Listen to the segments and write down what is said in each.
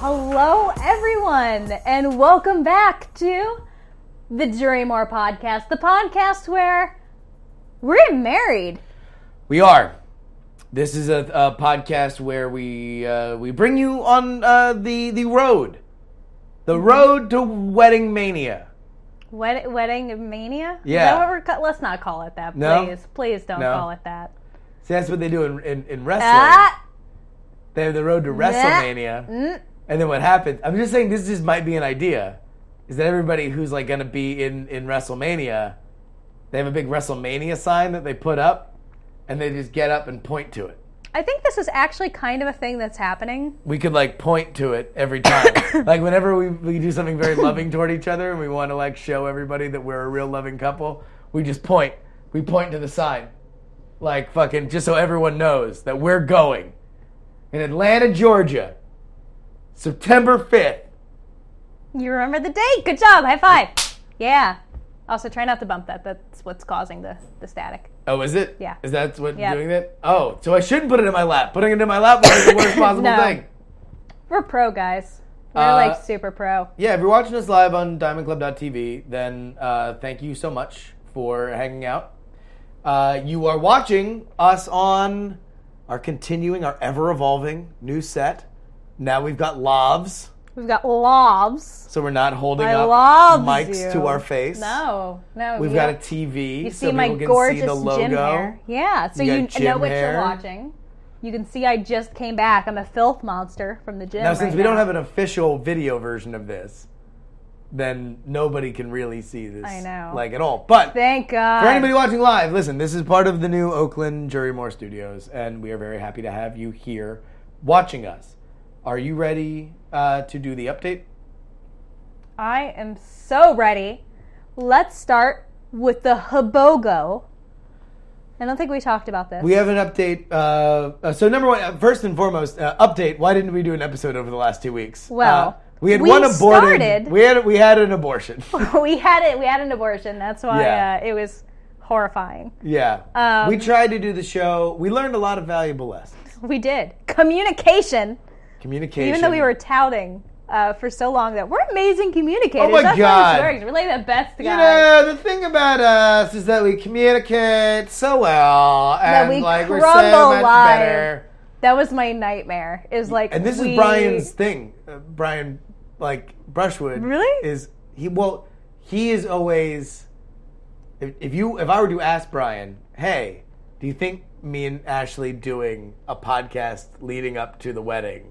Hello, everyone, and welcome back to the Jurymore podcast, the podcast where we're getting married. We are. This is a, a podcast where we uh, we bring you on uh, the the road, the road to wedding mania. Wed- wedding mania? Is Yeah. that what we're ca- Let's not call it that, No. please. Please don't No. call it that. See, that's what they do in in, in wrestling. Ah, They have the road to WrestleMania, mm, and then what happens? I'm just saying this just might be an idea. Is that everybody who's like going to be in in WrestleMania, they have a big WrestleMania sign that they put up, and they just get up and point to it. I think this is actually kind of a thing that's happening. we could like point to it every time. like whenever we, we do something very loving toward each other and we want to like show everybody that we're a real loving couple, we just point. We point to the sign. Like fucking just so everyone knows that we're going in Atlanta, Georgia. September 5th. You remember the date? Good job. High five. Yeah. Also, try not to bump that. That's what's causing the, the static. Oh, is it? Yeah. Is that what Yeah. doing that? Oh, so I shouldn't put it in my lap. Putting it in my lap was the worst possible No. thing. We're pro, guys. We're Uh, like super pro. Yeah, if you're watching us live on diamondclub.tv, then uh, thank you so much for hanging out. Uh, you are watching us on our continuing, our ever evolving new set. Now we've got lavs, We've got lobs. so we're not holding I up love mics you. to our face. No, no. We've you got a don't- TV, You so see my people can gorgeous see the logo. gym hair. Yeah, so You you, got know gym what you're hair. watching. You can see I just came back. I'm a filth monster from the gym. Now, since right we don't have an official video version of this, then nobody can really see this, I know. like at all. But Thank God. For anybody watching live, listen, this is part of the new Oakland Jury Moore Studios, and we are very happy to have you here watching us. Are you ready uh, to do the update? I am so ready. Let's start with the Hobogo. I don't think we talked about this. We have an update. Uh, uh, so, number one, uh, first and foremost, uh, update. Why didn't we do an episode over the last two weeks? Well, Uh, we had we one aborted. started- We had we had an abortion. we had it. We had an abortion. That's why Yeah. uh, it was horrifying. yeah, Um, we tried to do the show. We learned a lot of valuable lessons. We did communication. Communication. Even though we were touting uh, for so long that we're amazing communicators. Oh my That's God. How this works. We're like the best guys. You know, the thing about us is that we communicate so well, and we like we're crumble so much live. better. That was my nightmare. Is like, And this we- is Brian's thing. Uh, Brian, like Brushwood, Really? is he? Well, he is always. If, if you, if I were to ask Brian, hey, do you think me and Ashley doing a podcast leading up to the wedding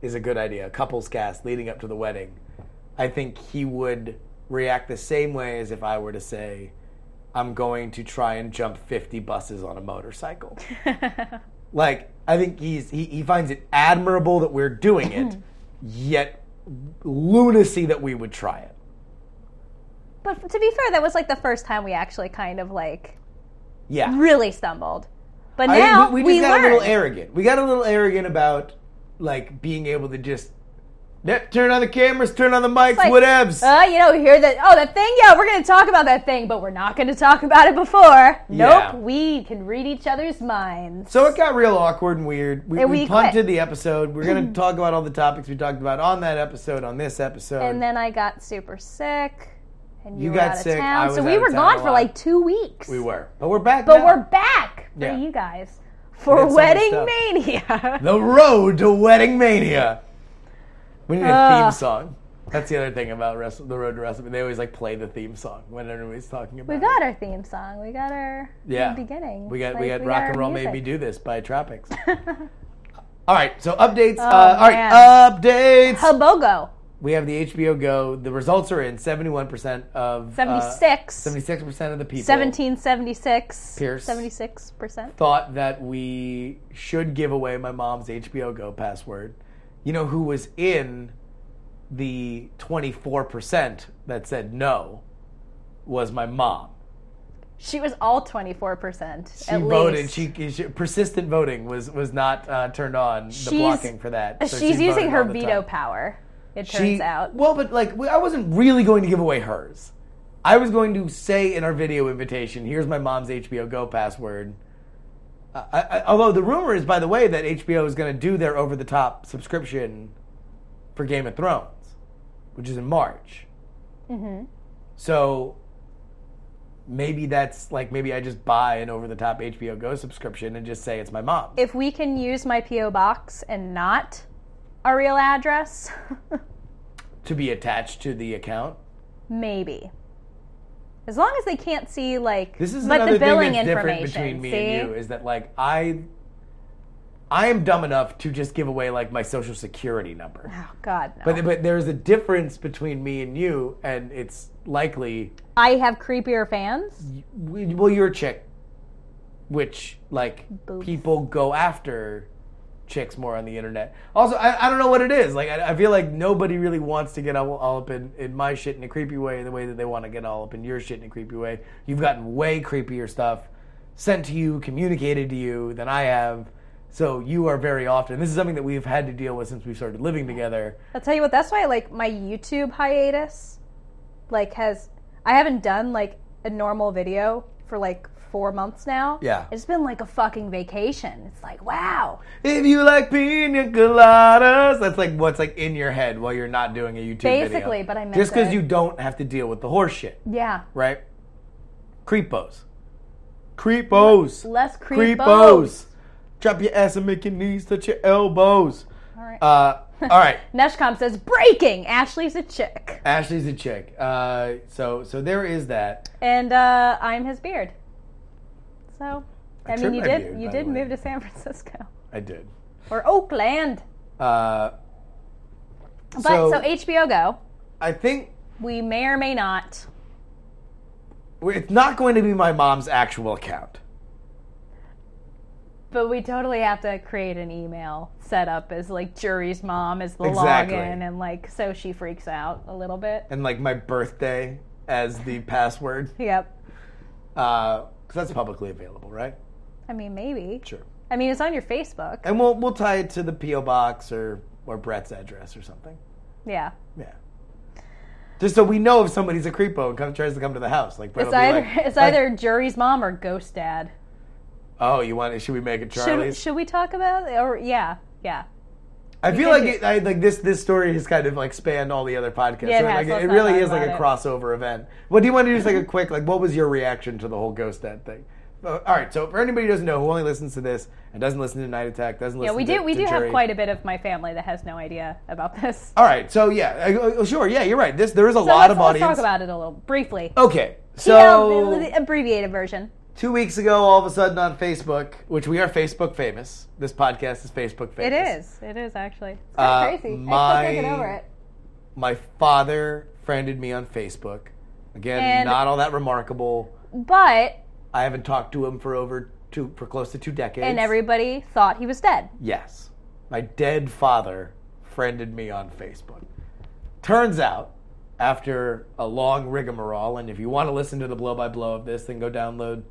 is a good idea? A couples cast leading up to the wedding. I think he would react the same way as if I were to say, I'm going to try and jump 50 buses on a motorcycle. Like, I think he's he, he finds it admirable that we're doing it, Mm-hmm. yet lunacy that we would try it. But to be fair, that was like the first time we actually kind of like Yeah. really stumbled. But I- now we, we just got a little arrogant. We got a little arrogant about like being able to just "Yep, turn on the cameras, turn on the mics, whatevs. Uh, you know, hear that? Oh, that thing. Yeah, we're gonna talk about that thing, but we're not gonna talk about it before. Yeah. Nope. We can read each other's minds. so it got real awkward and weird. We, And we we quit. Mm-hmm. punted the episode. We're going to talk about all the topics we talked about on that episode, on this episode. and then I got super sick, and you, You were got out of sick, town. I was so out we of were town gone a for lot. like two weeks. we were. But we're back But now. we're back for Yeah. you guys for did some Wedding stuff. Mania. The road to wedding mania. We need a Ugh. theme song. That's the other thing about wrestle, the road to WrestleMania. They always like play the theme song when everybody's talking about. We got our theme song. We got our it. yeah. beginning. We got we Like, got rock our and roll music. made me do this by Tropics. all right, so updates. Oh, uh, all man. right, updates. Hobogo we have the HBO Go. The results are in. Seventy-one percent of uh, 76, Seventy-six percent of the people 1776, Pierce. 76 percent. thought that we should give away my mom's HBO Go password. You know who was in the 24% that said no was my mom. She was all 24 percent. She voted. She, she persistent voting was was not uh, turned on the She's- blocking for that. so Uh, she's she using voted her all the veto time. power. It She- turns out. Well, but like we- I wasn't really going to give away hers. I was going to say in our video invitation, "Here's my mom's HBO Go password." I, I, although the rumor is, by the way, that HBO is going to do their over-the-top subscription for Game of Thrones, which is in March. Mm-hmm. So maybe that's like maybe I just buy an over the top HBO Go subscription and just say it's my mom. If we can use my P.O. box and not a real address, to be attached to the account. maybe. As long as they can't see, like, This is but another the billing thing that's different information. between me see? and you is that like I I am dumb enough to just give away like my social security number. Oh, God, no. But but there's a difference between me and you and it's likely I have creepier fans. we- well you're a chick which like Boobs. people go after chicks more on the internet. Also I, I don't know what it is. Like I, I feel like nobody really wants to get all, all up in, in my shit in a creepy way the way that they want to get all up in your shit in a creepy way. You've gotten way creepier stuff sent to you, communicated to you than I have. So you are very often this is something that we've had to deal with since we started living together. I'll tell you what, that's why like my YouTube hiatus like has I haven't done like a normal video for like 4 months now. Yeah. It's been like a fucking vacation. It's like, wow. If you like pina coladas, that's like what's like in your head while you're not doing a YouTube video. Basically, but I meant just because it. you don't have to deal with the horse shit, Yeah. right? Creepos, creepos, Less creepos. creepos. Drop your ass and make your knees touch your elbows. All right. Uh, all right. Neshcom says breaking. Ashley's a chick. Ashley's a chick, uh, so so there is that. And uh, I'm his beard. So, I, mean trimmed you my did beard, you by the did way. move to San Francisco I did. or Oakland. Uh, But So- so HBO Go, I think we may or may not it's not going to be my mom's actual account. But we totally have to create an email set up as like Jury's mom as the Exactly. login and like so she freaks out a little bit. and like my birthday as the password Yep. because that's publicly available, right? I mean maybe. Sure. I mean it's on your Facebook. And we'll we'll tie it to the PO box or or Brett's address or something. Yeah. Yeah. Just so we know if somebody's a creepo and come, tries to come to the house, like Brett It's will be either like, it's like, either Jury's mom or Ghost Dad. Oh, you want? it? Should we make it Should, Charlie's? should we talk about it? Or yeah, yeah. I feel could like do- it, I, like this this story has kind of like spanned all the other podcasts. Yeah, it So, has. like, Let's it not really talk is like a about it. Mm-hmm. crossover event. What do you want to do? Just like a quick like, what was your reaction to the whole ghost dad thing? Uh, all right. So for anybody who doesn't know, who only listens to this and doesn't listen to Night Attack, doesn't listen. Yeah, we to, do we to do have Jury. quite a bit of my family that has no idea about this. All right. So yeah, uh, uh, sure. Yeah, you're right. This there is a So lot let's, of let's audience. talk about it a little briefly. okay. TL, the- So the abbreviated version. two weeks ago, all of a sudden on Facebook, which we are Facebook famous. This podcast is Facebook It famous. is. It is actually. It's Uh, kind of crazy. I still can't my- get over it. My father friended me on Facebook. Again, And- not all that remarkable. But I haven't talked to him for over two for close to two decades. and everybody thought he was dead. yes, my dead father friended me on Facebook. Turns out, after a long rigmarole, and if you want to listen to the blow by blow of this, then go download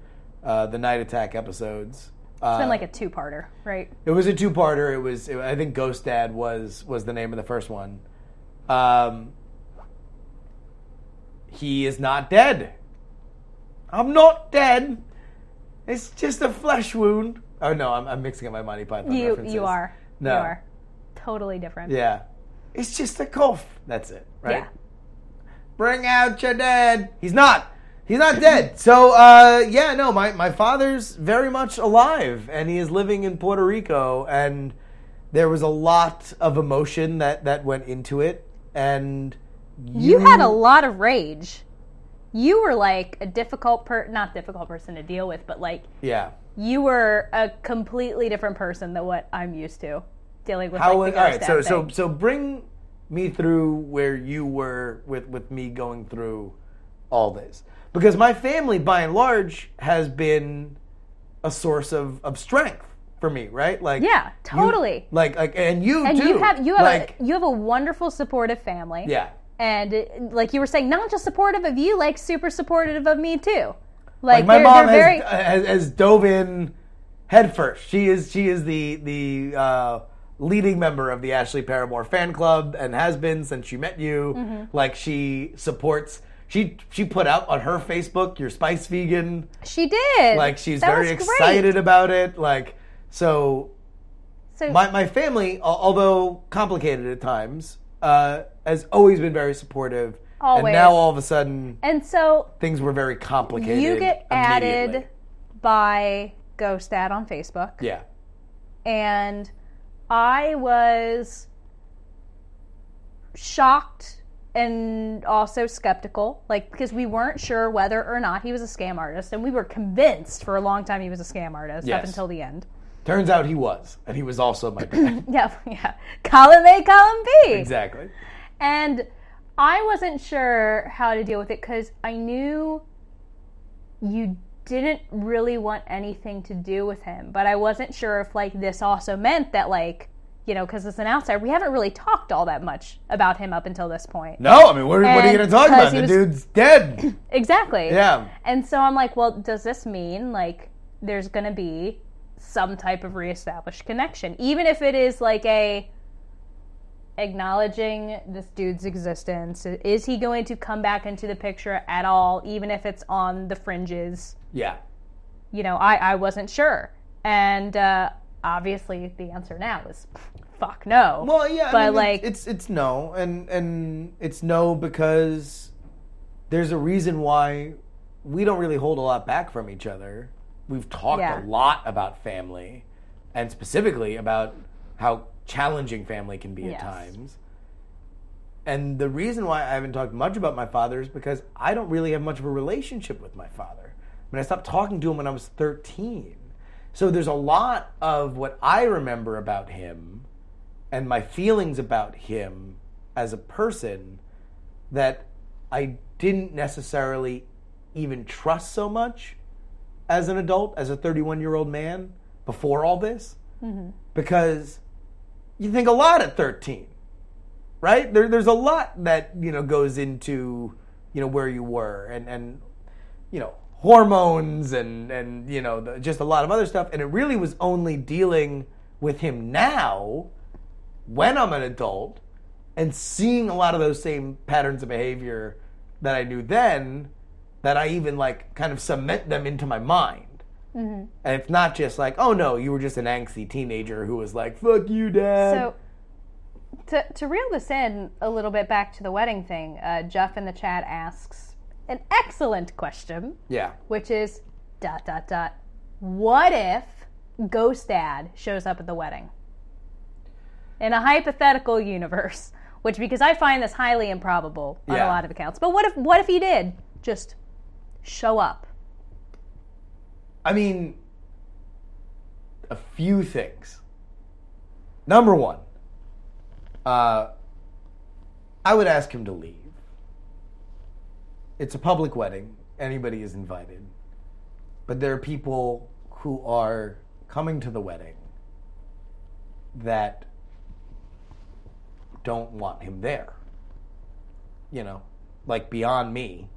uh, the Night Attack episodes. Uh, It's been like a two-parter, right? it was a two parter. It was I think Ghost Dad was was the name of the first one. Um, he is not dead. I'm not dead. It's just a flesh wound. Oh no, I'm, I'm mixing up my Monty Python You references. you are. No. You are. Totally different. Yeah. It's just a cough. That's it, right? Yeah. Bring out your dead. He's not. He's not dead. So, uh, yeah, no, my, my father's very much alive, and he is living in Puerto Rico, and there was a lot of emotion that, that went into it, and You had a lot of rage. You were like a difficult per not difficult person to deal with, but like Yeah. you were a completely different person than what I'm used to dealing with. How like, was, the all ghost right, so, dad so, thing. so bring me through where you were with, with me going through all this. Because my family, by and large, has been a source of, of strength for me, right? Like Yeah, you- totally. like like and you and too. you have you have like a, you have a wonderful supportive family. yeah. And uh, like you were saying, not just supportive of you, like super supportive of me too. Like, My they're, mom they're has, very has has dove in headfirst. She is she is the the uh, leading member of the Ashley Paramore fan club and has been since she met you. Mm-hmm. Like she supports. She she put out on her Facebook your spice vegan. she did. Like she's That very was great. excited about it. Like so So my, my family, al- although complicated at times, uh, has always been very supportive. Always. And now all of a sudden, And so things were very complicated. you get immediately. added by GhostAd on Facebook. Yeah. and I was shocked and also skeptical, like because we weren't sure whether or not he was a scam artist, and we were convinced for a long time he was a scam artist up Yes. until the end. Turns out he was, and he was also my dad. Yeah, yeah. Column A, column B. exactly. And I wasn't sure how to deal with it because I knew you didn't really want anything to do with him. But I wasn't sure if, like, this also meant that, like, you know, because as an outsider, we haven't really talked all that much about him up until this point. No, I mean, what, what are you And going to talk because about? he The was- dude's dead. Exactly. Yeah. And so I'm like, well, does this mean, like, there's going to be some type of reestablished connection? Even if it is like a acknowledging this dude's existence. Is he going to come back into the picture at all, even if it's on the fringes? Yeah. You know, I, I wasn't sure. And uh, obviously, the answer now is fuck no. Well, yeah, I But, mean, it's- like- it's it's no, and and it's no because there's a reason why we don't really hold a lot back from each other. We've talked Yeah. a lot about family, and specifically about how challenging family can be Yes. at times. And the reason why I haven't talked much about my father is because I don't really have much of a relationship with my father. I mean, I stopped talking to him when I was 13. So there's a lot of what I remember about him and my feelings about him as a person that I didn't necessarily even trust so much as an adult, as a 31 year old man before all this, because you think a lot at 13, right? There, there's a lot that you know goes into you know where you were and and you know hormones and and you know the, just a lot of other stuff, and it really was only dealing with him now when I'm an adult and seeing a lot of those same patterns of behavior that I knew then, that I even like kind of cement them into my mind. And it's not just like, oh no, you were just an angsty teenager who was like, fuck you, dad. So, to, to reel this in a little bit back to the wedding thing, uh, Jeff in the chat asks an excellent question. yeah. which is dot dot dot. What if Ghost Dad shows up at the wedding? In a hypothetical universe, which because I find this highly improbable on Yeah. a lot of accounts. But what if what if he did just show up? I mean, a few things. Number one, uh, I would ask him to leave. It's a public wedding, anybody is invited. But there are people who are coming to the wedding that don't want him there. You know, like beyond me.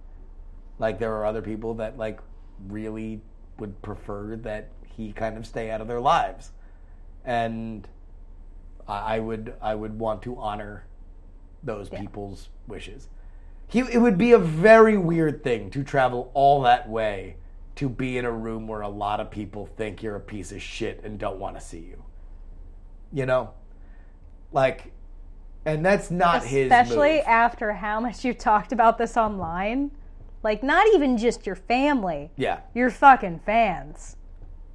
Like there are other people that like really would prefer that he kind of stay out of their lives. And I I would I would want to honor those people's wishes. He, it would be a very weird thing to travel all that way to be in a room where a lot of people think you're a piece of shit and don't want to see you. You know? Like and that's not his Especially move. after how much you talked about this online. Like not even just your family, yeah. your fucking fans.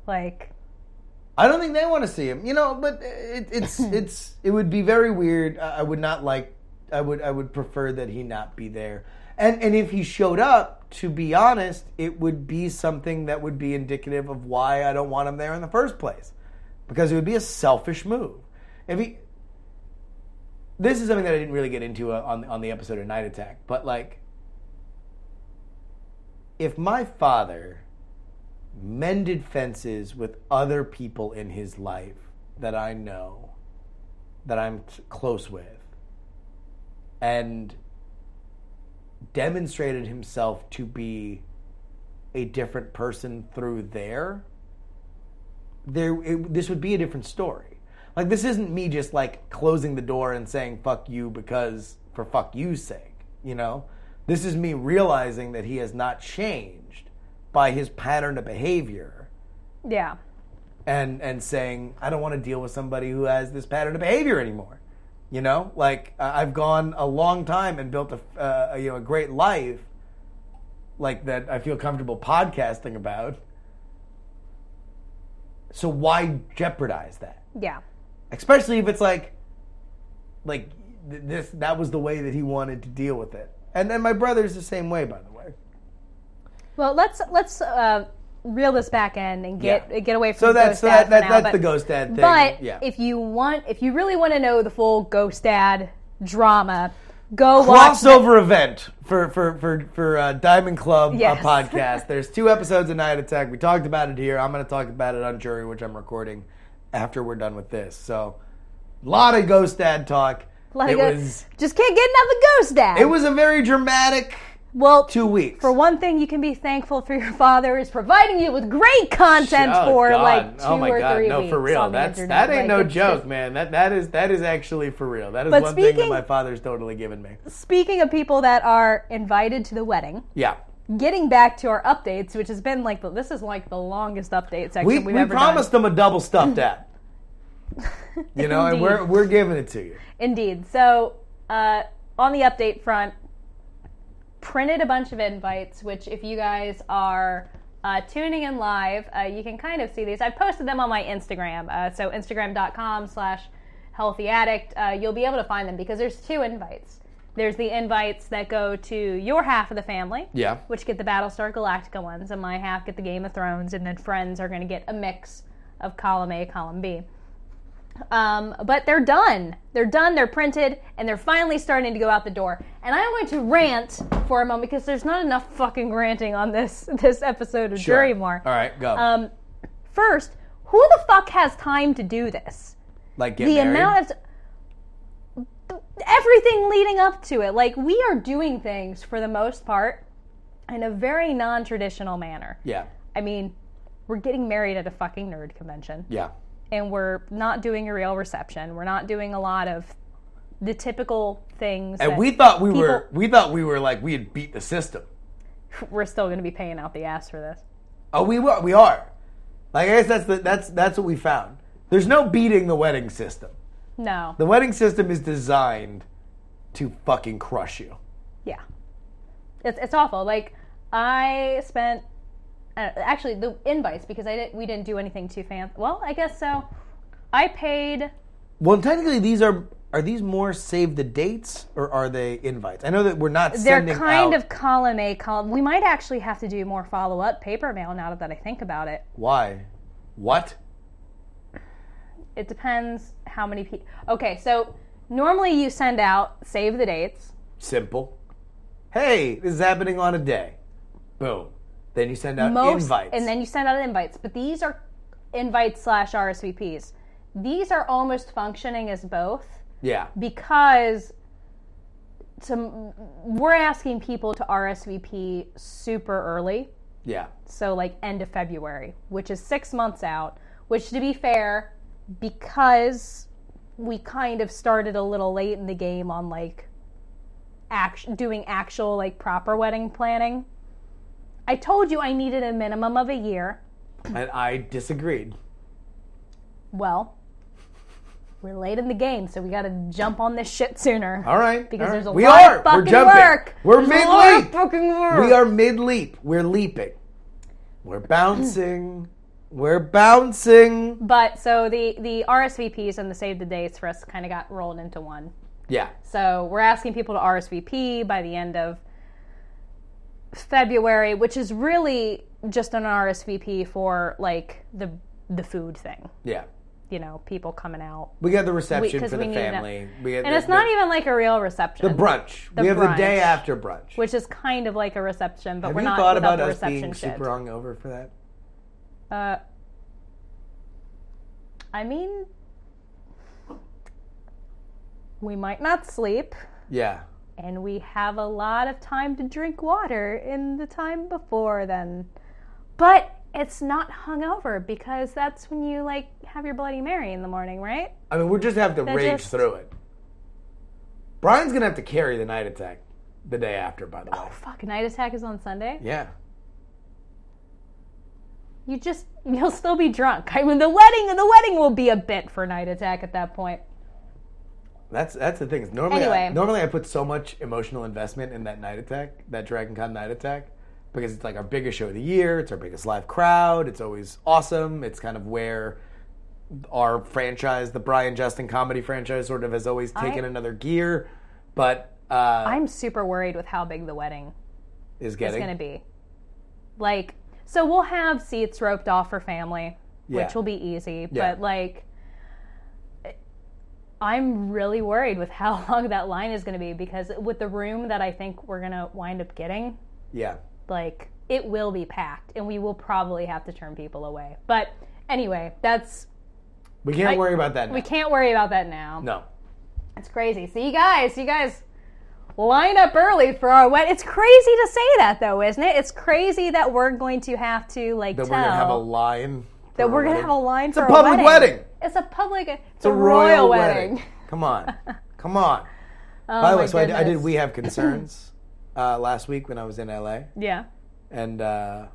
Like I don't think they want to see him, you know. But it, it's it's it would be very weird. I I would not like. I would I would prefer that he not be there. And and if he showed up, to be honest, it would be something that would be indicative of why I don't want him there in the first place, because it would be a selfish move. If he, this is something that I didn't really get into uh, on on the episode of Night Attack, but like, if my father mended fences with other people in his life that I know, that I'm t- close with, and demonstrated himself to be a different person through there, there it, this would be a different story. Like this isn't me just like closing the door and saying fuck you because for fuck you's sake, you know? This is me realizing that he has not changed by his pattern of behavior yeah. and and saying I don't want to deal with somebody who has this pattern of behavior anymore. You know, like I- I've gone a long time and built a, uh, a you know a great life, like that I feel comfortable podcasting about. So why jeopardize that? Yeah. especially if it's like like th- this that was the way that he wanted to deal with it and then my brother's the same way by the way Well, let's let's uh, reel this back in and get Yeah. get away from so ghost that's so dad that, for that, now, that's but, the ghost dad thing But yeah if you want, if you really want to know the full ghost dad drama, go watch. crossover event for for for for uh, Diamond Club uh, Yes. podcast. There's two episodes of Night Attack. We talked about it here. I'm going to talk about it on Jury, which I'm recording after we're done with this. So, a lot of Ghost Dad talk. Like it a- was just can't get enough of ghost dad. it was a very dramatic well two weeks. For one thing, you can be thankful for your father is providing you with great content Oh, for God. like two oh my or God. three no, weeks. for real. on the That's internet. that ain't Like, no it's joke, just- man. That that is that is actually for real. That is But one thing speaking- that my father's totally given me. Speaking of people that are invited to the wedding, Yeah. getting back to our updates, which has been like the, this is like the longest update section We we've we ever promised them a double stuffed app. You know, and Indeed. we're we're giving it to you. done. Indeed. So uh, on the update front, printed a bunch of invites, which if you guys are uh, tuning in live, uh, you can kind of see these. I posted them on my Instagram, uh, so instagram.com slash healthy addict. Uh, you'll be able to find them because there's two invites. There's the invites that go to your half of the family, Yeah. which get the Battlestar Galactica ones, and my half get the Game of Thrones, and then friends are going to get a mix of column A, column B. Um, but they're done. They're done. They're printed, and they're finally starting to go out the door. And I'm going to rant for a moment because there's not enough fucking ranting on this this episode of Jury More. All right, go. Um, first, who the fuck has time to do this? like get the married. amount of everything leading up to it like we are doing things for the most part in a very non-traditional manner yeah. i mean we're getting married at a fucking nerd convention Yeah. and we're not doing a real reception we're not doing a lot of the typical things And that we thought we people- were we thought we were like we had beat the system. we're still going to be paying out the ass for this Oh, we were we are. Like I guess that's the, that's that's what we found. There's no beating the wedding system. no The wedding system is designed to fucking crush you. yeah it's, it's awful like i spent uh, actually the invites because i didn't we didn't do anything too fancy well i guess so i paid Well, technically, these are are these more save the dates or are they invites? I know that we're not they're sending kind out- of column a column we might actually have to do more follow-up paper mail now that i think about it why, what? it depends how many people okay so normally you send out save the dates Simple. Hey, this is happening on a day. Boom. Then you send out most invites. and then you send out invites but these are invites slash rsvps these are almost functioning as both yeah, because to, we're asking people to RSVP super early, yeah, so like end of February, which is six months out. Which, to be fair, because we kind of started a little late in the game on like act- doing actual like proper wedding planning. I told you I needed a minimum of a year. and I disagreed. Well, we're late in the game, so we got to jump on this shit sooner. All right, Because all there's a right. we lot are. of fucking We're jumping. work. We're There's a lot of mid leap. fucking work. We are mid leap. We're leaping. We're bouncing. We're bouncing. But so the the RSVPs and the save the dates for us kind of got rolled into one. Yeah, So we're asking people to RSVP by the end of February, which is really just an RSVP for like the the food thing. yeah. You know, people coming out, We got the reception 'cause for the we need that. family. We got and the- it's not the- even like a real reception. The brunch. The we have the day brunch. after brunch. which is kind of like a reception, but have we're you not thought without about the us reception being shit. super hungover for that? Uh, I mean, we might not sleep, Yeah. and we have a lot of time to drink water in the time before then. But it's not hungover because that's when you like have your Bloody Mary in the morning, right? I mean, we just have to They're rage just- through it. Brian's gonna have to carry the night attack the day after. By the way. Fuck, night attack is on Sunday. Yeah. You just you'll still be drunk. I mean, the wedding the wedding will be a bit for night attack at that point. That's that's the thing. is Normally, I, Anyway. normally I put so much emotional investment in that night attack, that Dragon Con night attack, because it's like our biggest show of the year. It's our biggest live crowd. It's always awesome. It's kind of where our franchise, the Brian Justin comedy franchise, sort of has always taken another gear, but uh, I'm super worried with how big the wedding is is getting going to be. Like, so we'll have seats roped off for family, Yeah. which will be easy. Yeah. But like, I'm really worried with how long that line is going to be because with the room that I think we're going to wind up getting, yeah. like it will be packed, and we will probably have to turn people away. But anyway, that's We can't I- worry about that. we now. can't worry about that now. No, It's crazy. So you guys, you guys line up early for our wedding. It's crazy to say that though, isn't it? It's crazy that we're going to have to like that tell we're gonna have a line. that we're gonna have a line for a public wedding. It's a public it's, The a royal, wedding. Come on, come on. Oh, By the my way, so I, d- I did. goodness. We have concerns uh, last week when I was in LA, Yeah. and uh,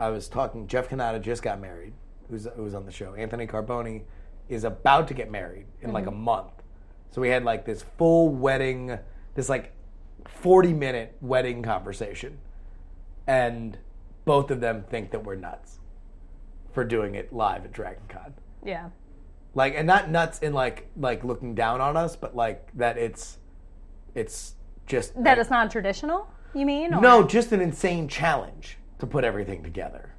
I was talking. Jeff Canada just got married. Who's who's on the show? Anthony Carboni is about to get married in like a Mm-hmm. month. So we had like this full wedding, this like forty minute wedding conversation, and both of them think that we're nuts for doing it live at Dragon Con Yeah. like and not nuts in like like looking down on us but like that it's it's just That it's not traditional, you mean? Or- no just an insane challenge to put everything together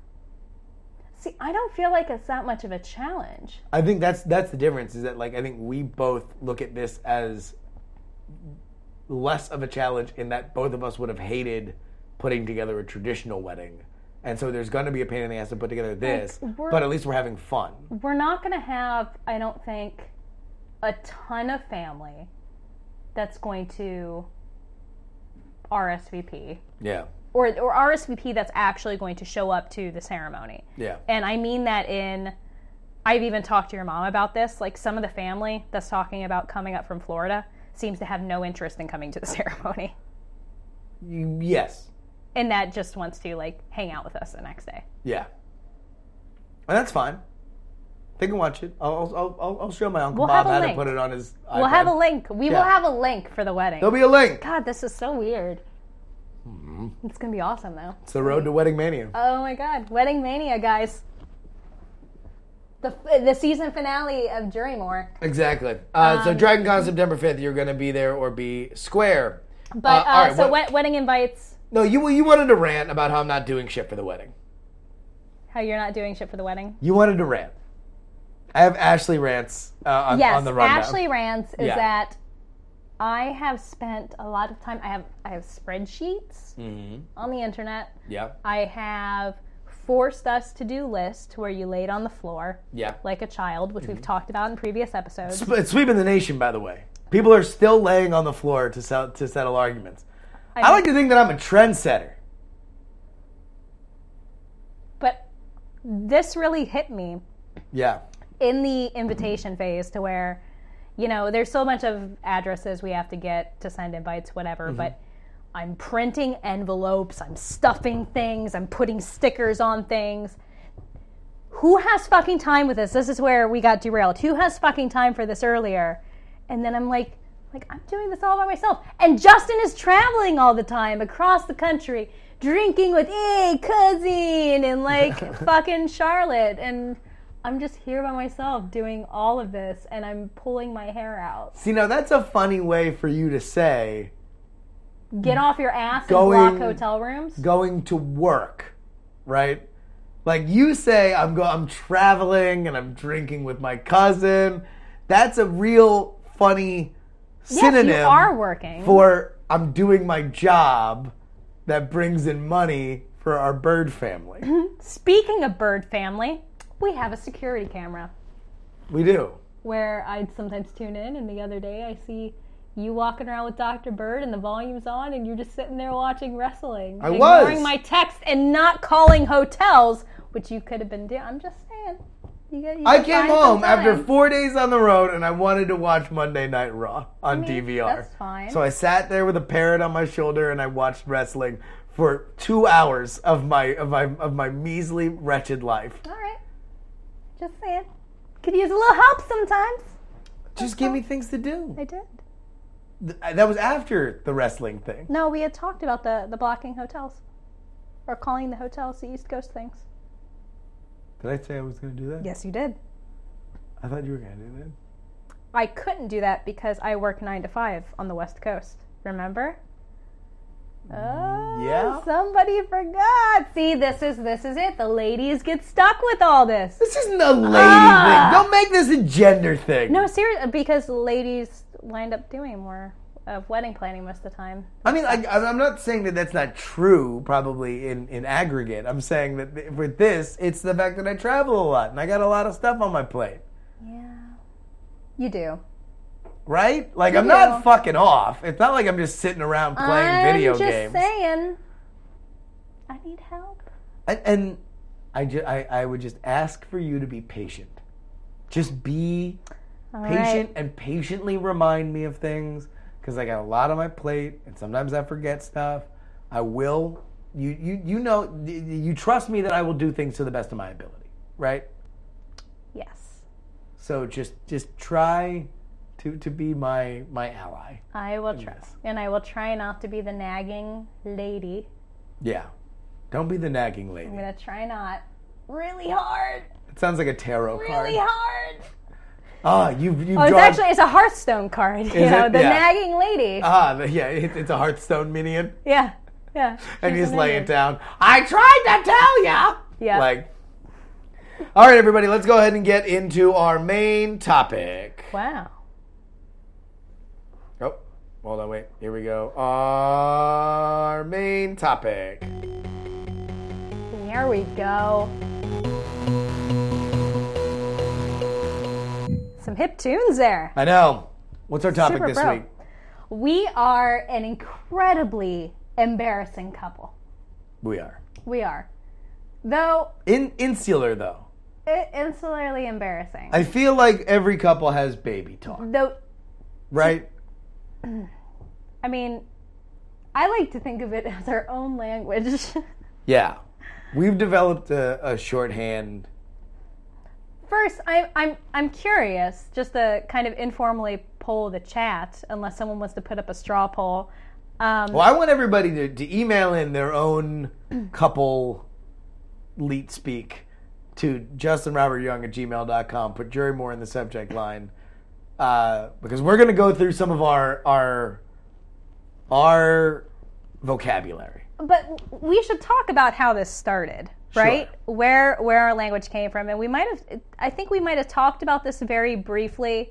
See, I don't feel like it's that much of a challenge. i think that's that's the difference is that like i think we both look at this as less of a challenge in that both of us would have hated putting together a traditional wedding and so there's going to be a pain in the ass to put together this we're- but at least we're having fun we're not going to have, I don't think, a ton of family that's going to RSVP yeah or, or RSVP that's actually going to show up to the ceremony. yeah And I mean that in, I've even talked to your mom about this. Like some of the family that's talking about coming up from Florida seems to have no interest in coming to the ceremony Y- yes and that just wants to like hang out with us the next day. Yeah. And that's fine. They can watch it. I'll, I'll, I'll, I'll show my Uncle We'll have Bob a how to link. put it on his iPad. We'll have a link. We Yeah. will have a link for the wedding. There'll be Hmm. a link. God, this is so weird. It's gonna be awesome though. It's the road to Wedding Mania. Oh my God, Wedding Mania, guys! The the season finale of Jurymore. Exactly. Uh, Um, so Dragon Con September 5th, you're going to be there or be square. But Uh, uh, all right, so what- wed- wedding invites. No, you you wanted to rant about how I'm not doing shit for the wedding. How you're not doing shit for the wedding? You wanted to rant. I have Ashley rants uh, on, Yes, on the rundown. Ashley Rance is Yeah. that I have spent a lot of time. I have I have spreadsheets Mhm. on the internet. Yeah. I have forced us to do list where you laid on the floor Yeah. like a child, which Mm-hmm. we've talked about in previous episodes. Sp- it's sweeping the nation, by the way. People are still laying on the floor to, sell, to settle arguments. I mean- like to think that I'm a trendsetter. But this really hit me Yeah. in the invitation phase to where, you know, there's so much of addresses we have to get to send invites, whatever, but I'm printing envelopes, I'm stuffing things, I'm putting stickers on things. Who has fucking time with this? This is where we got derailed. Who has fucking time for this earlier? And then I'm like, like I'm doing this all by myself. And Justin is traveling all the time across the country, drinking with a cousin and like fucking Charlotte and I'm just here by myself doing all of this and I'm pulling my hair out. See, now that's a funny way for you to say Get off your ass and block Going- hotel rooms. going to work, right? Like you say, I'm go, I'm traveling and I'm drinking with my cousin. That's a real funny Yes, synonym you are working. for I'm doing my job that brings in money for our bird Mm-hmm. family. Speaking of bird family, we have a security camera we do. where I'd sometimes tune in and the other day I see you walking around with Dr. Bird and the volume's on and you're just sitting there watching wrestling. I was. ignoring my text and not calling hotels, which you could have been doing. I'm just saying. You got, you I gotta came find some home after time. four days on the road and I wanted to watch Monday Night Raw on mean, DVR. that's fine. So I sat there with a parrot on my shoulder and I watched wrestling for two hours of my of my of my measly wretched life. All right. Just saying. Could use a little help sometimes. Just give me things to do. I did. Th- That was after the wrestling thing. No, we had talked about the the blocking hotels, or calling the hotels the East Coast things. Did I say I was going to do that? Yes, you did. I thought you were going to do that. I couldn't do that because I work nine to five on the West Coast. Remember? Oh, yeah. Somebody forgot. See, this is this is it. The ladies get stuck with all this. This isn't a lady Ah! thing. Don't make this a gender thing. No, seriously, because ladies wind up doing more of wedding planning most of the time. I mean, I, I'm not saying that that's not true, probably in, in aggregate. I'm saying that th- with this, it's the fact that I travel a lot and I got a lot of stuff on my plate, Yeah, you do. right? Like, I'm Yeah. not fucking off. It's not like I'm just sitting around playing I'm video just games. saying. I need help. And, and I, ju- I, I would just ask for you to be patient. Just be All patient right. and patiently remind me of things because I got a lot on my plate and sometimes I forget stuff. I will. You, you, you know, y- you trust me that I will do things to the best of my ability, right? Yes, So just, just try to, to be my, my ally. I will try, Yes. and I will try not to be the nagging lady. Yeah. Don't be the nagging lady. I'm gonna try not really hard, It sounds like a tarot really card. hard. Ah, you, you Oh, it's drawn- actually it's a Hearthstone card. You Is know, it? the Yeah. nagging lady. Ah, but yeah, it, it's a Hearthstone minion. yeah, yeah. and She's he's an laying idiot. down. I tried to tell ya. Yeah. Like, all right, everybody, let's go ahead and get into our main topic. Wow. Oh, hold on, wait. Here we go. Our main topic. There we go. Some hip tunes there. I know. What's our topic Super this bro. week? We are an incredibly embarrassing couple. We are We are. Though in insular though. i- insularly embarrassing. I feel like every couple has baby talk, Though right? I mean I like to think of it as our own language. Yeah. We've developed a, a shorthand. First, I, I'm I'm curious, just to kind of informally poll the chat, unless someone wants to put up a straw poll. Um, Well, I want everybody to, to email in their own couple leet speak to justinrobertyoung at gmail.com. Put Jerry Moore in the subject line. Uh, because we're going to go through some of our our our vocabulary. but we should talk about how this started right where where our language came from and we might have i think we might have talked about this very briefly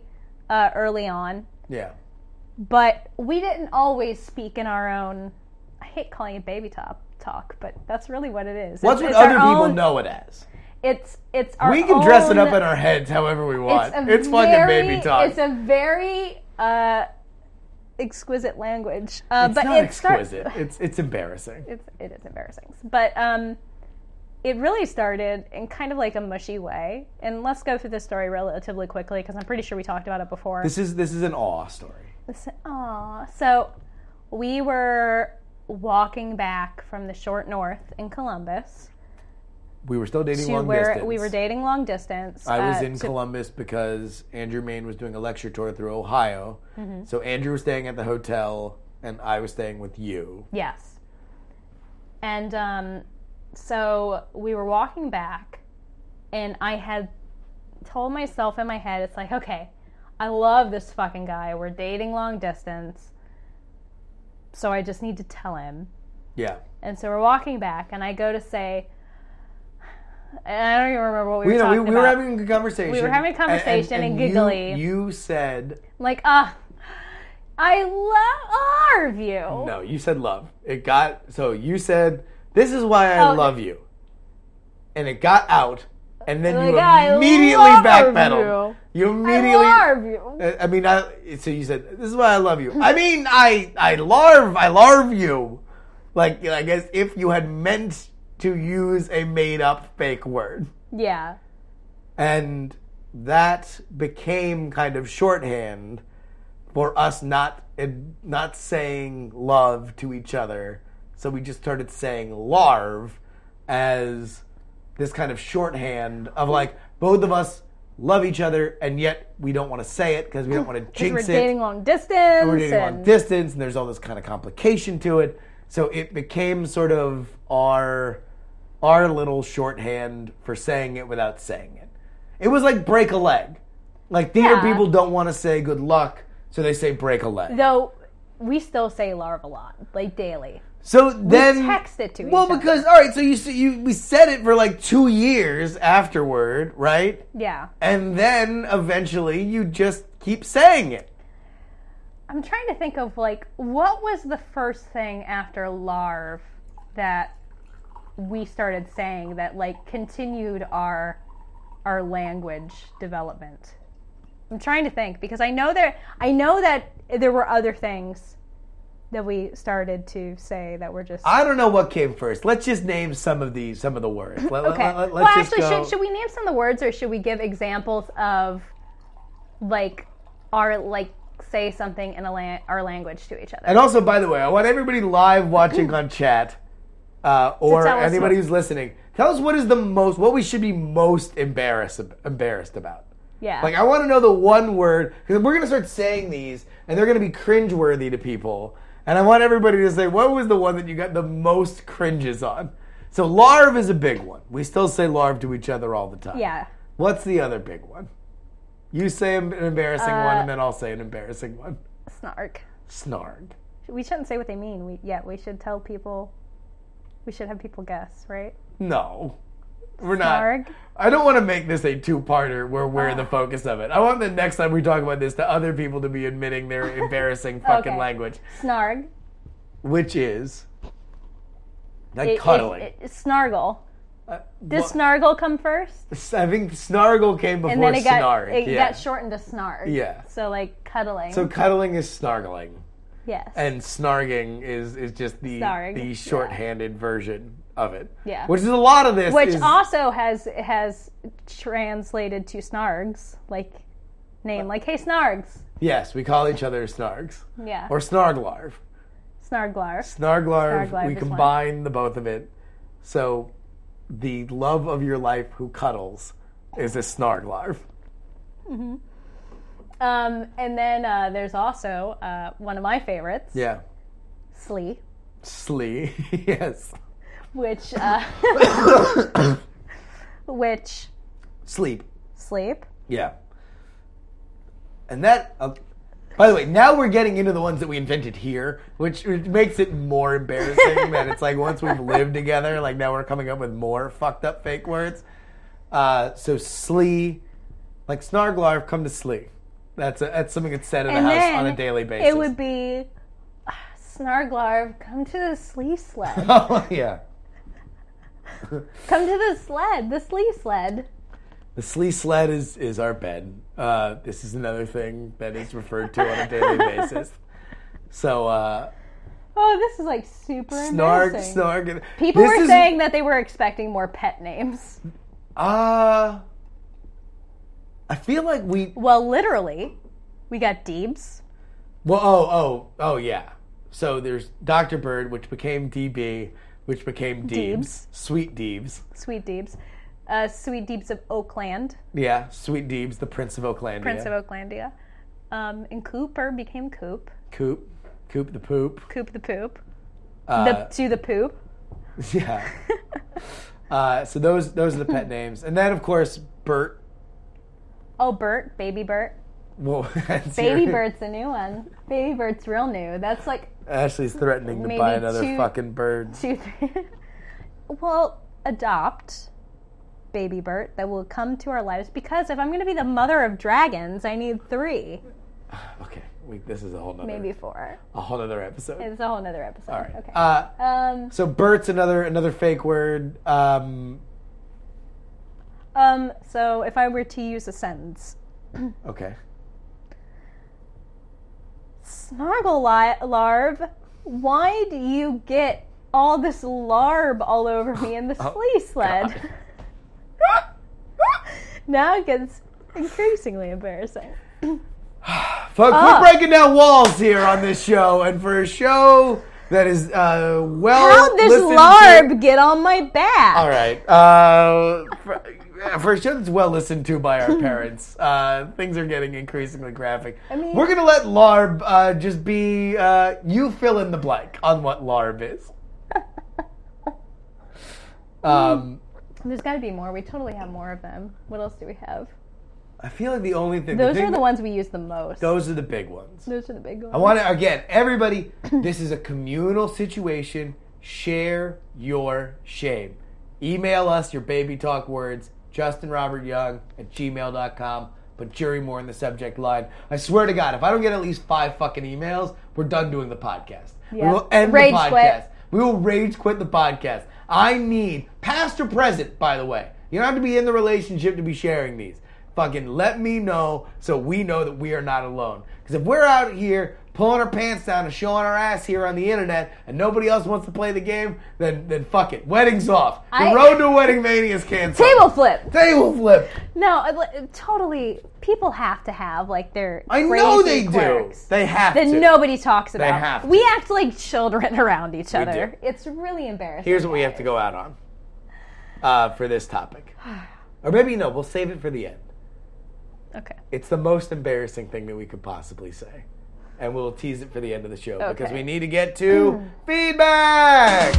uh, early on Yeah. but we didn't always speak in our own i hate calling it baby top talk but that's really what it is What's It's- what it's our other people own- know it as? it's it's our We can dress it up own- in our heads however we want. a It's, fucking very- baby talk. it's a very uh exquisite language uh It's but not it starts exquisite. it's it's embarrassing. it's it is embarrassing. But um, it really started in kind of like a mushy way. And let's go through this story relatively quickly because I'm pretty sure we talked about it before. This is this is an awe story. This, aw, so we were walking back from the short north in Columbus We were still dating to long where distance. we were dating long distance. I was uh, in to- Columbus because Andrew Main was doing a lecture tour through Ohio. Mm-hmm. So Andrew was staying at the hotel and I was staying with you. Yes. And um, so we were walking back, and I had told myself in my head, it's like, okay, I love this fucking guy. We're dating long distance. So I just need to tell him. Yeah. And so we're walking back, and I go to say, and I don't even remember what we, were We, you know, we, talking we about. were having a good conversation. We were having a conversation and you- giggly. You, said, I'm like, ah, I love our view. no, you said love. It got, so you said, this is why I Oh, love you. And it got out. And then Like, you I immediately love backpedaled. You, immediately. I love you. I I mean, I, so you said this is why I love you. I mean, I I larve I larve you, like I guess if you had meant to use a made up fake word, Yeah. and that became kind of shorthand for us not ad- not saying love to each other. So we just started saying larve as this kind of shorthand of like both of us love each other, and yet we don't want to say it because we don't want to Because jinx we're it. dating long distance. we're dating long and- distance, and there's all this kind of complication to it. So it became sort of our our little shorthand for saying it without saying it. It was like break a leg. Like theater Yeah. people don't want to say good luck, so they say break a leg. Though we still say larve a lot, like daily. So then text it to each well, other. because all right, so you s- you we said it for like two years afterward, right? Yeah. And then eventually you just keep saying it. I'm trying to think of like what was the first thing after larve that we started saying that like continued our our language development. I'm trying to think because I know there I know that there were other things that we started to say that were just I don't know what came first. Let's just name some of the some of the words. Let, let- Okay. let- let's well, just actually, go. should, should we name some of the words, or should we give examples of, like, our like say something in a la- our language to each other? And also, by the way, I want everybody live watching on chat uh, or tell us anybody what- who's listening. Tell us what is the most what we should be most embarrassed embarrassed about. yeah. Like I want to know the one word because we're gonna start saying these, and they're gonna be cringeworthy to people. And I want everybody to say what was the one that you got the most cringes on. So larve is a big one. We still say larve to each other all the time. yeah. What's the other big one? You say an embarrassing one, Uh, and then I'll say an embarrassing one. Snark. Snarg. We shouldn't say what they mean. We yeah. We should tell people. We should have people guess, right? No, we're Snarg? not. I don't want to make this a two-parter where we're Ah. the focus of it. I want the next time we talk about this to other people to be admitting their embarrassing fucking Okay. language, Snarg. which is like It- it- cuddling. it- snargle. Uh, Did well, snargle come first? I think snargle came before And then it got snarg. it yeah. got shortened to snarg. Yeah. So like cuddling. so cuddling is snargling. yes. and snarging is is just the Snarg, the yeah. shorthanded version of it. Yeah. which is a lot of this. which is, also has has translated to snargs like name like hey snargs yes, we call each other snargs yeah or snarglarv. snarglar Snarglarv. Snarglarv we is one. combine the both of it. So the love of your life who cuddles is a snarglarv. um and then uh, there's also uh, one of my favorites Yeah, slee slee. yes, which uh, which sleep. sleep Yeah, and that. Uh, by the way, now we're getting into the ones that we invented here, which, which makes it more embarrassing that it's like once we've lived together, like now we're coming up with more fucked up fake words. Uh, so slee, like snarglarv, come to slee. That's a, that's something that's said in and the house then on a daily basis. it would be ah, snarglarv come to the slee sled oh yeah, come to the sled the slee sled the slee sled is is our bed. Uh, this is another thing that is referred to on a daily basis. So uh, oh this is like super snarg, embarrassing snarg. People This were is- saying that they were expecting more pet names. Uh, I feel like we. Well, literally, we got Deebs. Well, oh, oh, oh, yeah. So there's Dr. Bird, which became DB, which became Deebs. Deebs. Sweet Deebs. Sweet Deebs, uh, Sweet Deebs of Oakland, Yeah, Sweet Deebs, the Prince of Oaklandia. Prince of Oaklandia, um, and Cooper became Coop, Coop. Coop the Poop. Coop the Poop, the, Uh, to the Poop. yeah. Uh, so those those are the pet names. And then, of course, Bert. oh, Bert, Baby Bert, Well, that's your- Baby Bert's a new one. Baby Bert's real new. That's like Ashley's threatening to Maybe buy another two- fucking bird. two, three. well, adopt Baby Bert that will come to our lives because if I'm going to be the mother of dragons, I need three, Okay, we, this is a whole nother, maybe four. a whole nother episode. It's a whole nother episode. All right. Okay. Uh, um, So Bert's another another fake word. Um, um, so if I were to use a sentence, okay. snargle li- larve, why do you get all this larb all over me in the Oh, slee sled? now it gets increasingly embarrassing. Fuck, Ah. quit breaking down walls here on this show, and for a show that is uh, well. How'd this listened to- larb get on my back? All right. Uh, fr- for a show that's well listened to by our parents, uh, things are getting increasingly graphic. I mean- we're gonna let LARB uh, just be uh, you fill in the blank on what LARB is. um, There's got to be more. We totally have more of them. What else do we have? I feel like the only thing Those the thing are the ones we use the most. Those are the big ones. Those are the big ones. I want to again, everybody. this is a communal situation. Share your shame. Email us your baby talk words, Justin Robert Young at gmail.com. Put jury more in the subject line. I swear to God, if I don't get at least five fucking emails, we're done doing the podcast. We Yeah. will end Rage the podcast. quit. We will rage quit the podcast. I need past or present, by the way. You don't have to be in the relationship to be sharing these. Fucking let me know so we know that we are not alone. Because if we're out here pulling our pants down and showing our ass here on the internet and nobody else wants to play the game, then then fuck it. Wedding's off. The I- road to wedding mania is canceled. Table flip. Table flip. No, I- li- totally. People have to have like their. I know crazy they quirks do. They have that to. nobody talks about. have to. We act like children around each other. do. It's really embarrassing. Here's what we have to go out on uh, for this topic. Or maybe no, we'll save it for the end. Okay. It's the most embarrassing thing that we could possibly say. And we'll tease it for the end of the show because Okay. we need to get to feedback.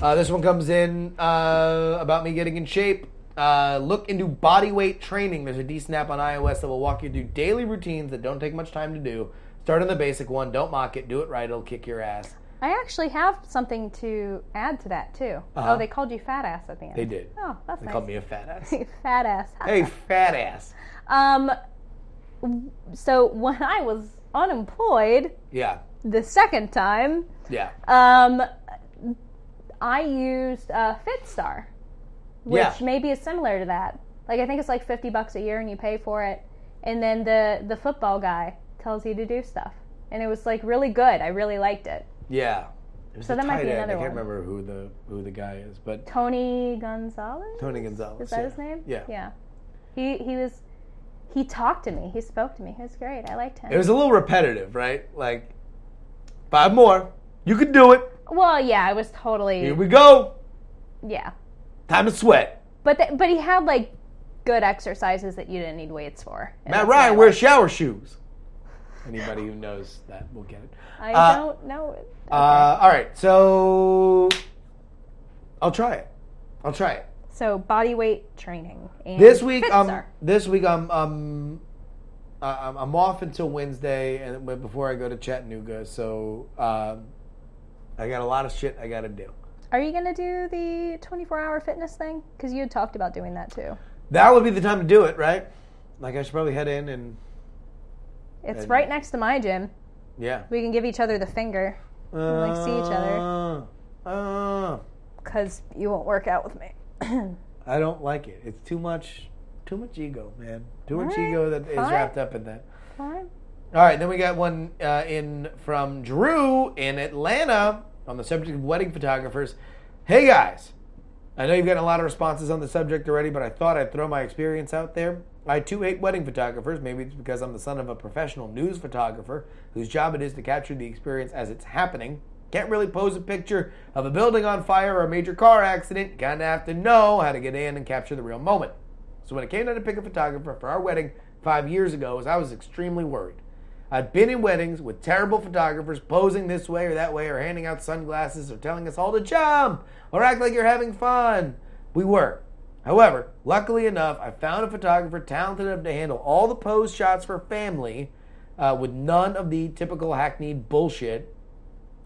Uh, this one comes in uh, about me getting in shape. Uh, look into body weight training. There's a decent app on iOS that will walk you through daily routines that don't take much time to do. Start on the basic one. Don't mock it. Do it right. It'll kick your ass. I actually have something to add to that too. Oh, they called you fat ass at the end. Uh-huh. They did. Oh, that's They nice. called me a fat ass. fat ass. hey, fat ass. Um. w- So when I was unemployed Yeah, the second time, yeah, um, I used uh, FitStar. which yeah. maybe is similar to that. Like I think it's like fifty bucks a year, and you pay for it. And then the the football guy tells you to do stuff, and it was like really good. I really liked it. Yeah. There's So a that might be tight end. another I can't one. remember who the who the guy is, but Tony Gonzalez Tony Gonzalez. is that yeah. his name? Yeah. yeah. He he was he talked to me. He spoke to me. He was great. I liked him. It was a little repetitive, right? Like five more. You can do it. well, yeah, I was totally Here we go. yeah. Time to sweat. But th- but he had like good exercises that you didn't need weights for. And Matt that's what I Ryan liked. wears shower shoes. Anybody who knows that will get it. I uh, don't know it. Uh, all right, so I'll try it. I'll try it. So body weight training. And This week, um, FitStar. this week I'm um, I- I'm I'm off until Wednesday, and but before I go to Chattanooga, so um, I got a lot of shit I got to do. Are you going to do the 24 hour fitness thing? Because you had talked about doing that too. That would be the time to do it, right? Like I should probably head in and It's And- right next to my gym. yeah, We can give each other the finger like, see each other. Uh, uh, because you won't work out with me. I don't like it. It's too much, too much ego, man. Too much Alright, ego that is fine. wrapped up in that. Fine. All right, then we got one uh, in from Drew in Atlanta on the subject of wedding photographers. Hey guys, I know you've gotten a lot of responses on the subject already, but I thought I'd throw my experience out there. I too hate wedding photographers. Maybe it's because I'm the son of a professional news photographer whose job it is to capture the experience as it's happening. Can't really pose a picture of a building on fire or a major car accident. Kinda have to know how to get in and capture the real moment. So when it came time to pick a photographer for our wedding five years ago, was I was extremely worried. I've been in weddings with terrible photographers posing this way or that way or handing out sunglasses or telling us all to jump or act like you're having fun. We were. However, luckily enough, I found a photographer talented enough to handle all the pose shots for family uh, with none of the typical hackneyed bullshit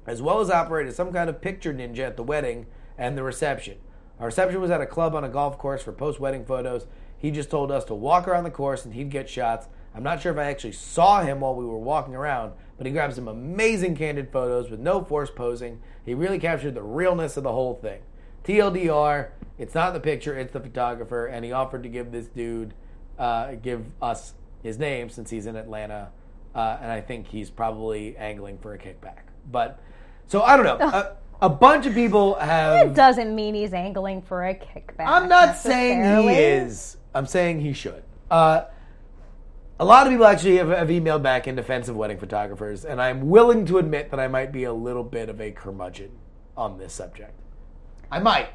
as well as operate as some kind of picture ninja at the wedding and the reception. Our reception was at a club on a golf course for post wedding photos. He just told us to walk around the course and he'd get shots. I'm not sure if I actually saw him while we were walking around, but he grabbed some amazing candid photos with no forced posing. He really captured the realness of the whole thing. TLDR, it's not the picture, it's the photographer, and he offered to give this dude, uh, give us his name since he's in Atlanta, uh, and I think he's probably angling for a kickback. But so I don't know. a, a bunch of people It have. doesn't mean he's angling for a kickback. I'm not saying he necessarily. is. I'm saying he should. Uh, a lot of people actually have, have emailed back in defense of wedding photographers, and I'm willing to admit that I might be a little bit of a curmudgeon on this subject. I might.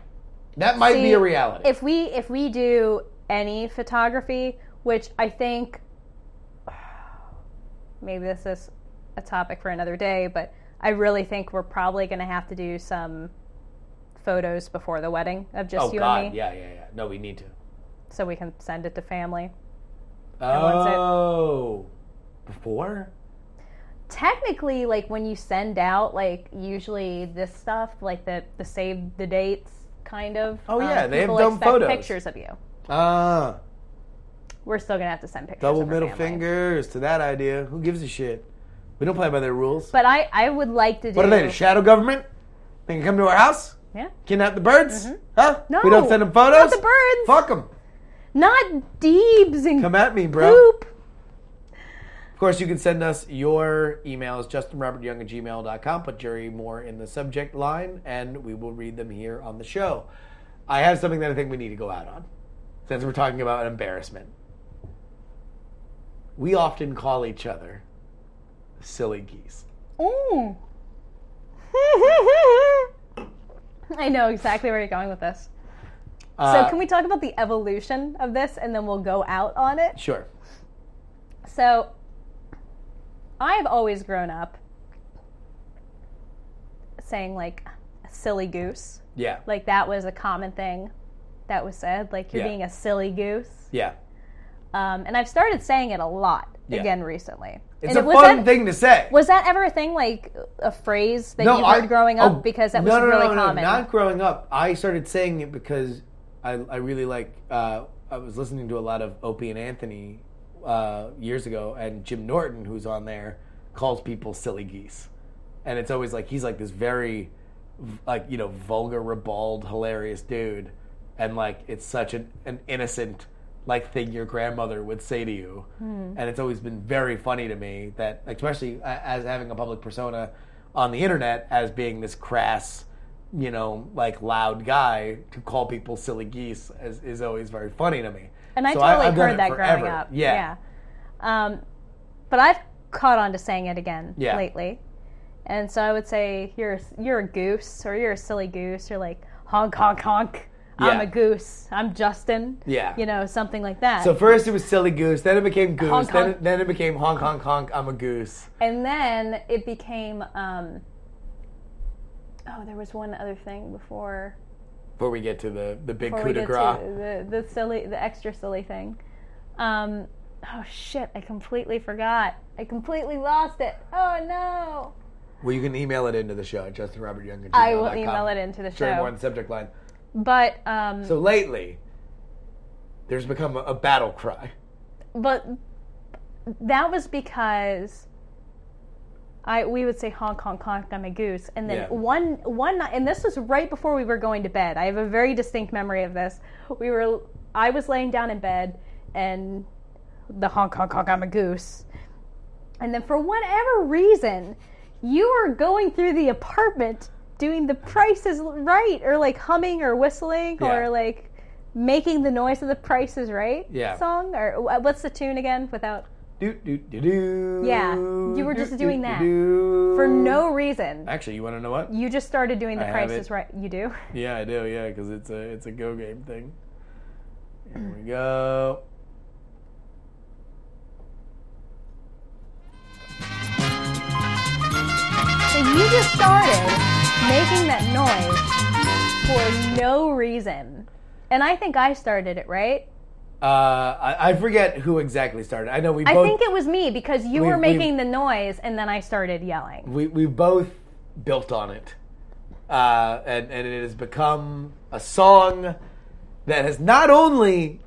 That might be See, a reality. If we if we do any photography, which I think maybe this is a topic for another day, but I really think we're probably going to have to do some photos before the wedding of just oh you God, and me, yeah, yeah, yeah. No, we need to. so we can send it to family. wants it. Oh, before? Technically, like when you send out, like usually this stuff, like the the save the dates kind of. um, Oh, yeah, they have people dumb expect photos. Pictures of you. Ah, We're still gonna have to send pictures. double of our middle family. fingers to that idea. Who gives a shit? We don't play by their rules. But I, I would like to do. what are they? The shadow government? They can come to our house, Yeah. kidnap the birds, huh? Mm-hmm. No, we don't send them photos. not the birds. Fuck them. Not Deebs and Come at me, bro. poop. Of course, you can send us your emails, justinrobertyoung at gmail.com. Put Jerry Moore in the subject line, and we will read them here on the show. I have something that I think we need to go out on, since we're talking about embarrassment. We often call each other silly geese. Ooh. I know exactly where you're going with this. so Uh, can we talk about the evolution of this and then we'll go out on it? Sure. So I've always grown up saying like a silly goose. Yeah. Like that was a common thing that was said. Like you're Yeah. being a silly goose. Yeah. Um, and I've started saying it a lot Yeah. again recently. It's And a it- was fun that- thing to say. Was that ever a thing, like a phrase that you heard growing up? oh, because that no, was no, no, really no, no, common. Not growing up. I started saying it because I, I really like. Uh, I was listening to a lot of Opie and Anthony uh, years ago, and Jim Norton, who's on there, calls people silly geese, and it's always like he's like this very, v- like you know, vulgar, ribald, hilarious dude, and like it's such an, an innocent. Like thing your grandmother would say to you, Hmm. and it's always been very funny to me that, especially a- as having a public persona, on the internet as being this crass, you know, like loud guy to call people silly geese is, is always very funny to me. and I So totally I've done heard it that growing forever. up. Yeah. Yeah. Um, but I've caught on to saying it again Yeah. lately, and so I would say you're a- you're a goose or you're a silly goose or like honk honk honk. I'm Yeah. a goose. I'm Justin. Yeah. You know something like that. So first it was silly goose, then it became goose, Honk, then, honk. It, then it became honk honk honk. I'm a goose. and then it became. Um, oh, there was one other thing before. Before we get to the the big before coup Oh, we de get grace. to the, the silly, the extra silly thing. Um, oh shit! I completely forgot. I completely lost it. Oh no! Well, you can email it into the show at justinrobertyoung at I will email it into the Sure, more on show. the subject line. But um, So lately, there's become a, a battle cry. but that was because I we would say honk honk honk I'm a goose, and then Yeah. one one night, and this was right before we were going to bed. I have a very distinct memory of this. We were I was laying down in bed, and the honk honk honk I'm a goose, and then for whatever reason, you were going through the apartment doing the Price is Right, or like humming or whistling Yeah. or like making the noise of the Price is Right Yeah. song, or wha- what's the tune again? Without Do do do do. Yeah, you were just doing that. do. for no reason. Actually, you want to know what? You just started doing the I have Price is it. Right. You do. Yeah, I do. Yeah, because it's a it's a go game thing. Here we go. So you just started making that noise for no reason, and I think I started it right. Uh, I, I forget who exactly started. I know we I both think it was me because you We- were we- making the noise, and then I started yelling. we we both built on it, uh, and and it has become a song that has not only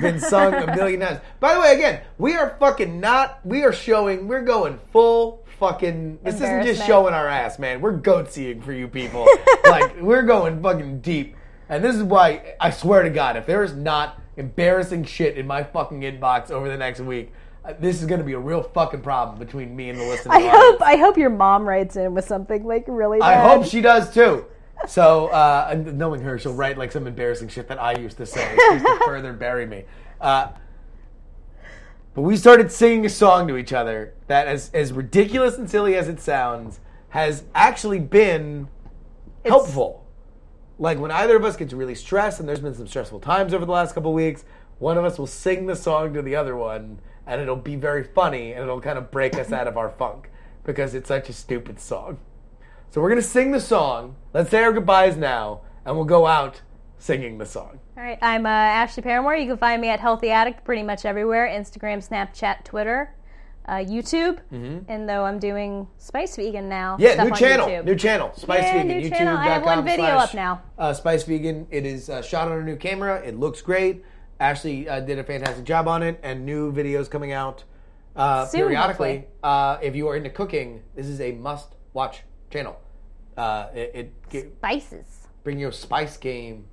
been sung a million times. By the way, again, we are fucking not. We are showing. We're going full fucking. This isn't just Embarrassment. showing our ass, man. We're goatseeing for you people. like we're going fucking deep, and this is why I swear to God, if there is not embarrassing shit in my fucking inbox over the next week. uh, This is going to be a real fucking problem between me and the listening. I audience. hope I hope your mom writes in with something like really. I bad. hope she does too. So, uh, and knowing her, she'll write like some embarrassing shit that I used to say just to further bury me. Uh, But we started singing a song to each other that, as, as ridiculous and silly as it sounds, has actually been helpful. Like when either of us gets really stressed, and there's been some stressful times over the last couple weeks, one of us will sing the song to the other one, and it'll be very funny, and it'll kind of break us out of our funk because it's such a stupid song. So we're gonna sing the song. Let's say our goodbyes now, and we'll go out singing the song. All right, I'm uh, Ashley Paramore. You can find me at Healthy Addict pretty much everywhere Instagram, Snapchat, Twitter, uh, YouTube. And though I'm doing Spice Vegan now. Yeah, stuff new on channel, YouTube. new channel, Spice Yeah, Vegan. new channel. I have one YouTube.com video slash, up now. Uh, Spice Vegan. It is uh, shot on a new camera. It looks great. Ashley uh, did a fantastic job on it, and new videos coming out uh, Soon, periodically. hopefully. Uh, if you are into cooking, this is a must-watch channel. Uh, it it get, Spices. bring your spice game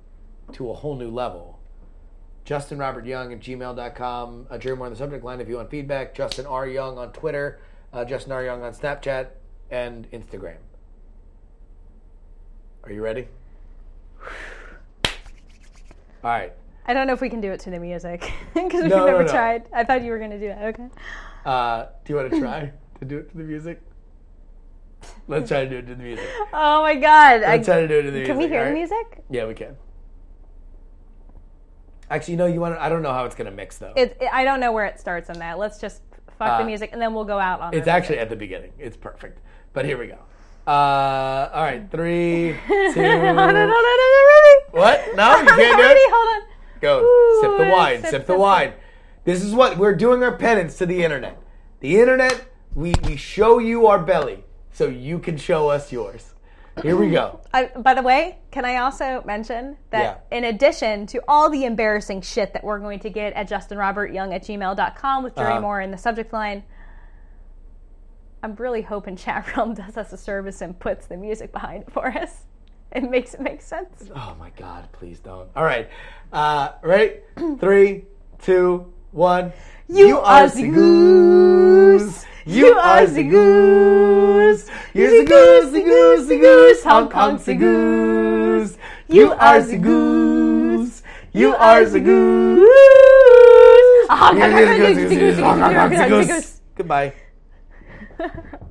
to a whole new level. Justin Robert Young at gmail.com. Uh, Jerry Moore on the subject line if you want feedback. Justin R. Young on Twitter. Uh, Justin R. Young on Snapchat and Instagram. Are you ready? All right. I don't know if we can do it to the music because we've No, no, never no. tried. I thought you were going to do that. Okay. Uh, do you want to try to do it to the music? Let's try to do it to the music. Oh my God. I, Let's can try to do it to the music. we hear all the right? music? Yeah, we can. Actually, no, you want to, I don't know how it's going to mix, though. It, it, I don't know where it starts on that. Let's just fuck Uh, the music and then we'll go out on It's the actually at the beginning. It's perfect. But here we go. Uh, all right, three, two. no, no, no, no, no, no, What? No, you I'm can't do already- it. Hold on. Go Ooh, sip the wine. Sip, sip, the sip, wine. This is what we're doing our penance to the internet. The internet, we we show you our belly so you can show us yours. Here we go. I, by the way, can I also mention that in addition to all the embarrassing shit that we're going to get at justinrobertyoung at gmail.com with Jerry Uh-huh. Moore in the subject line, I'm really hoping Chat Realm does us a service and puts the music behind it for us. It makes it make sense. Oh my God! Please don't. All right, uh, ready? Three, two, one. You are the goose. You are the goose. You're the goose, the goose, the goose. Hong Kong's the goose. You are the goose. You are the goose. You're the goose, the goose, the goose, Hong Kong's the goose. Goodbye.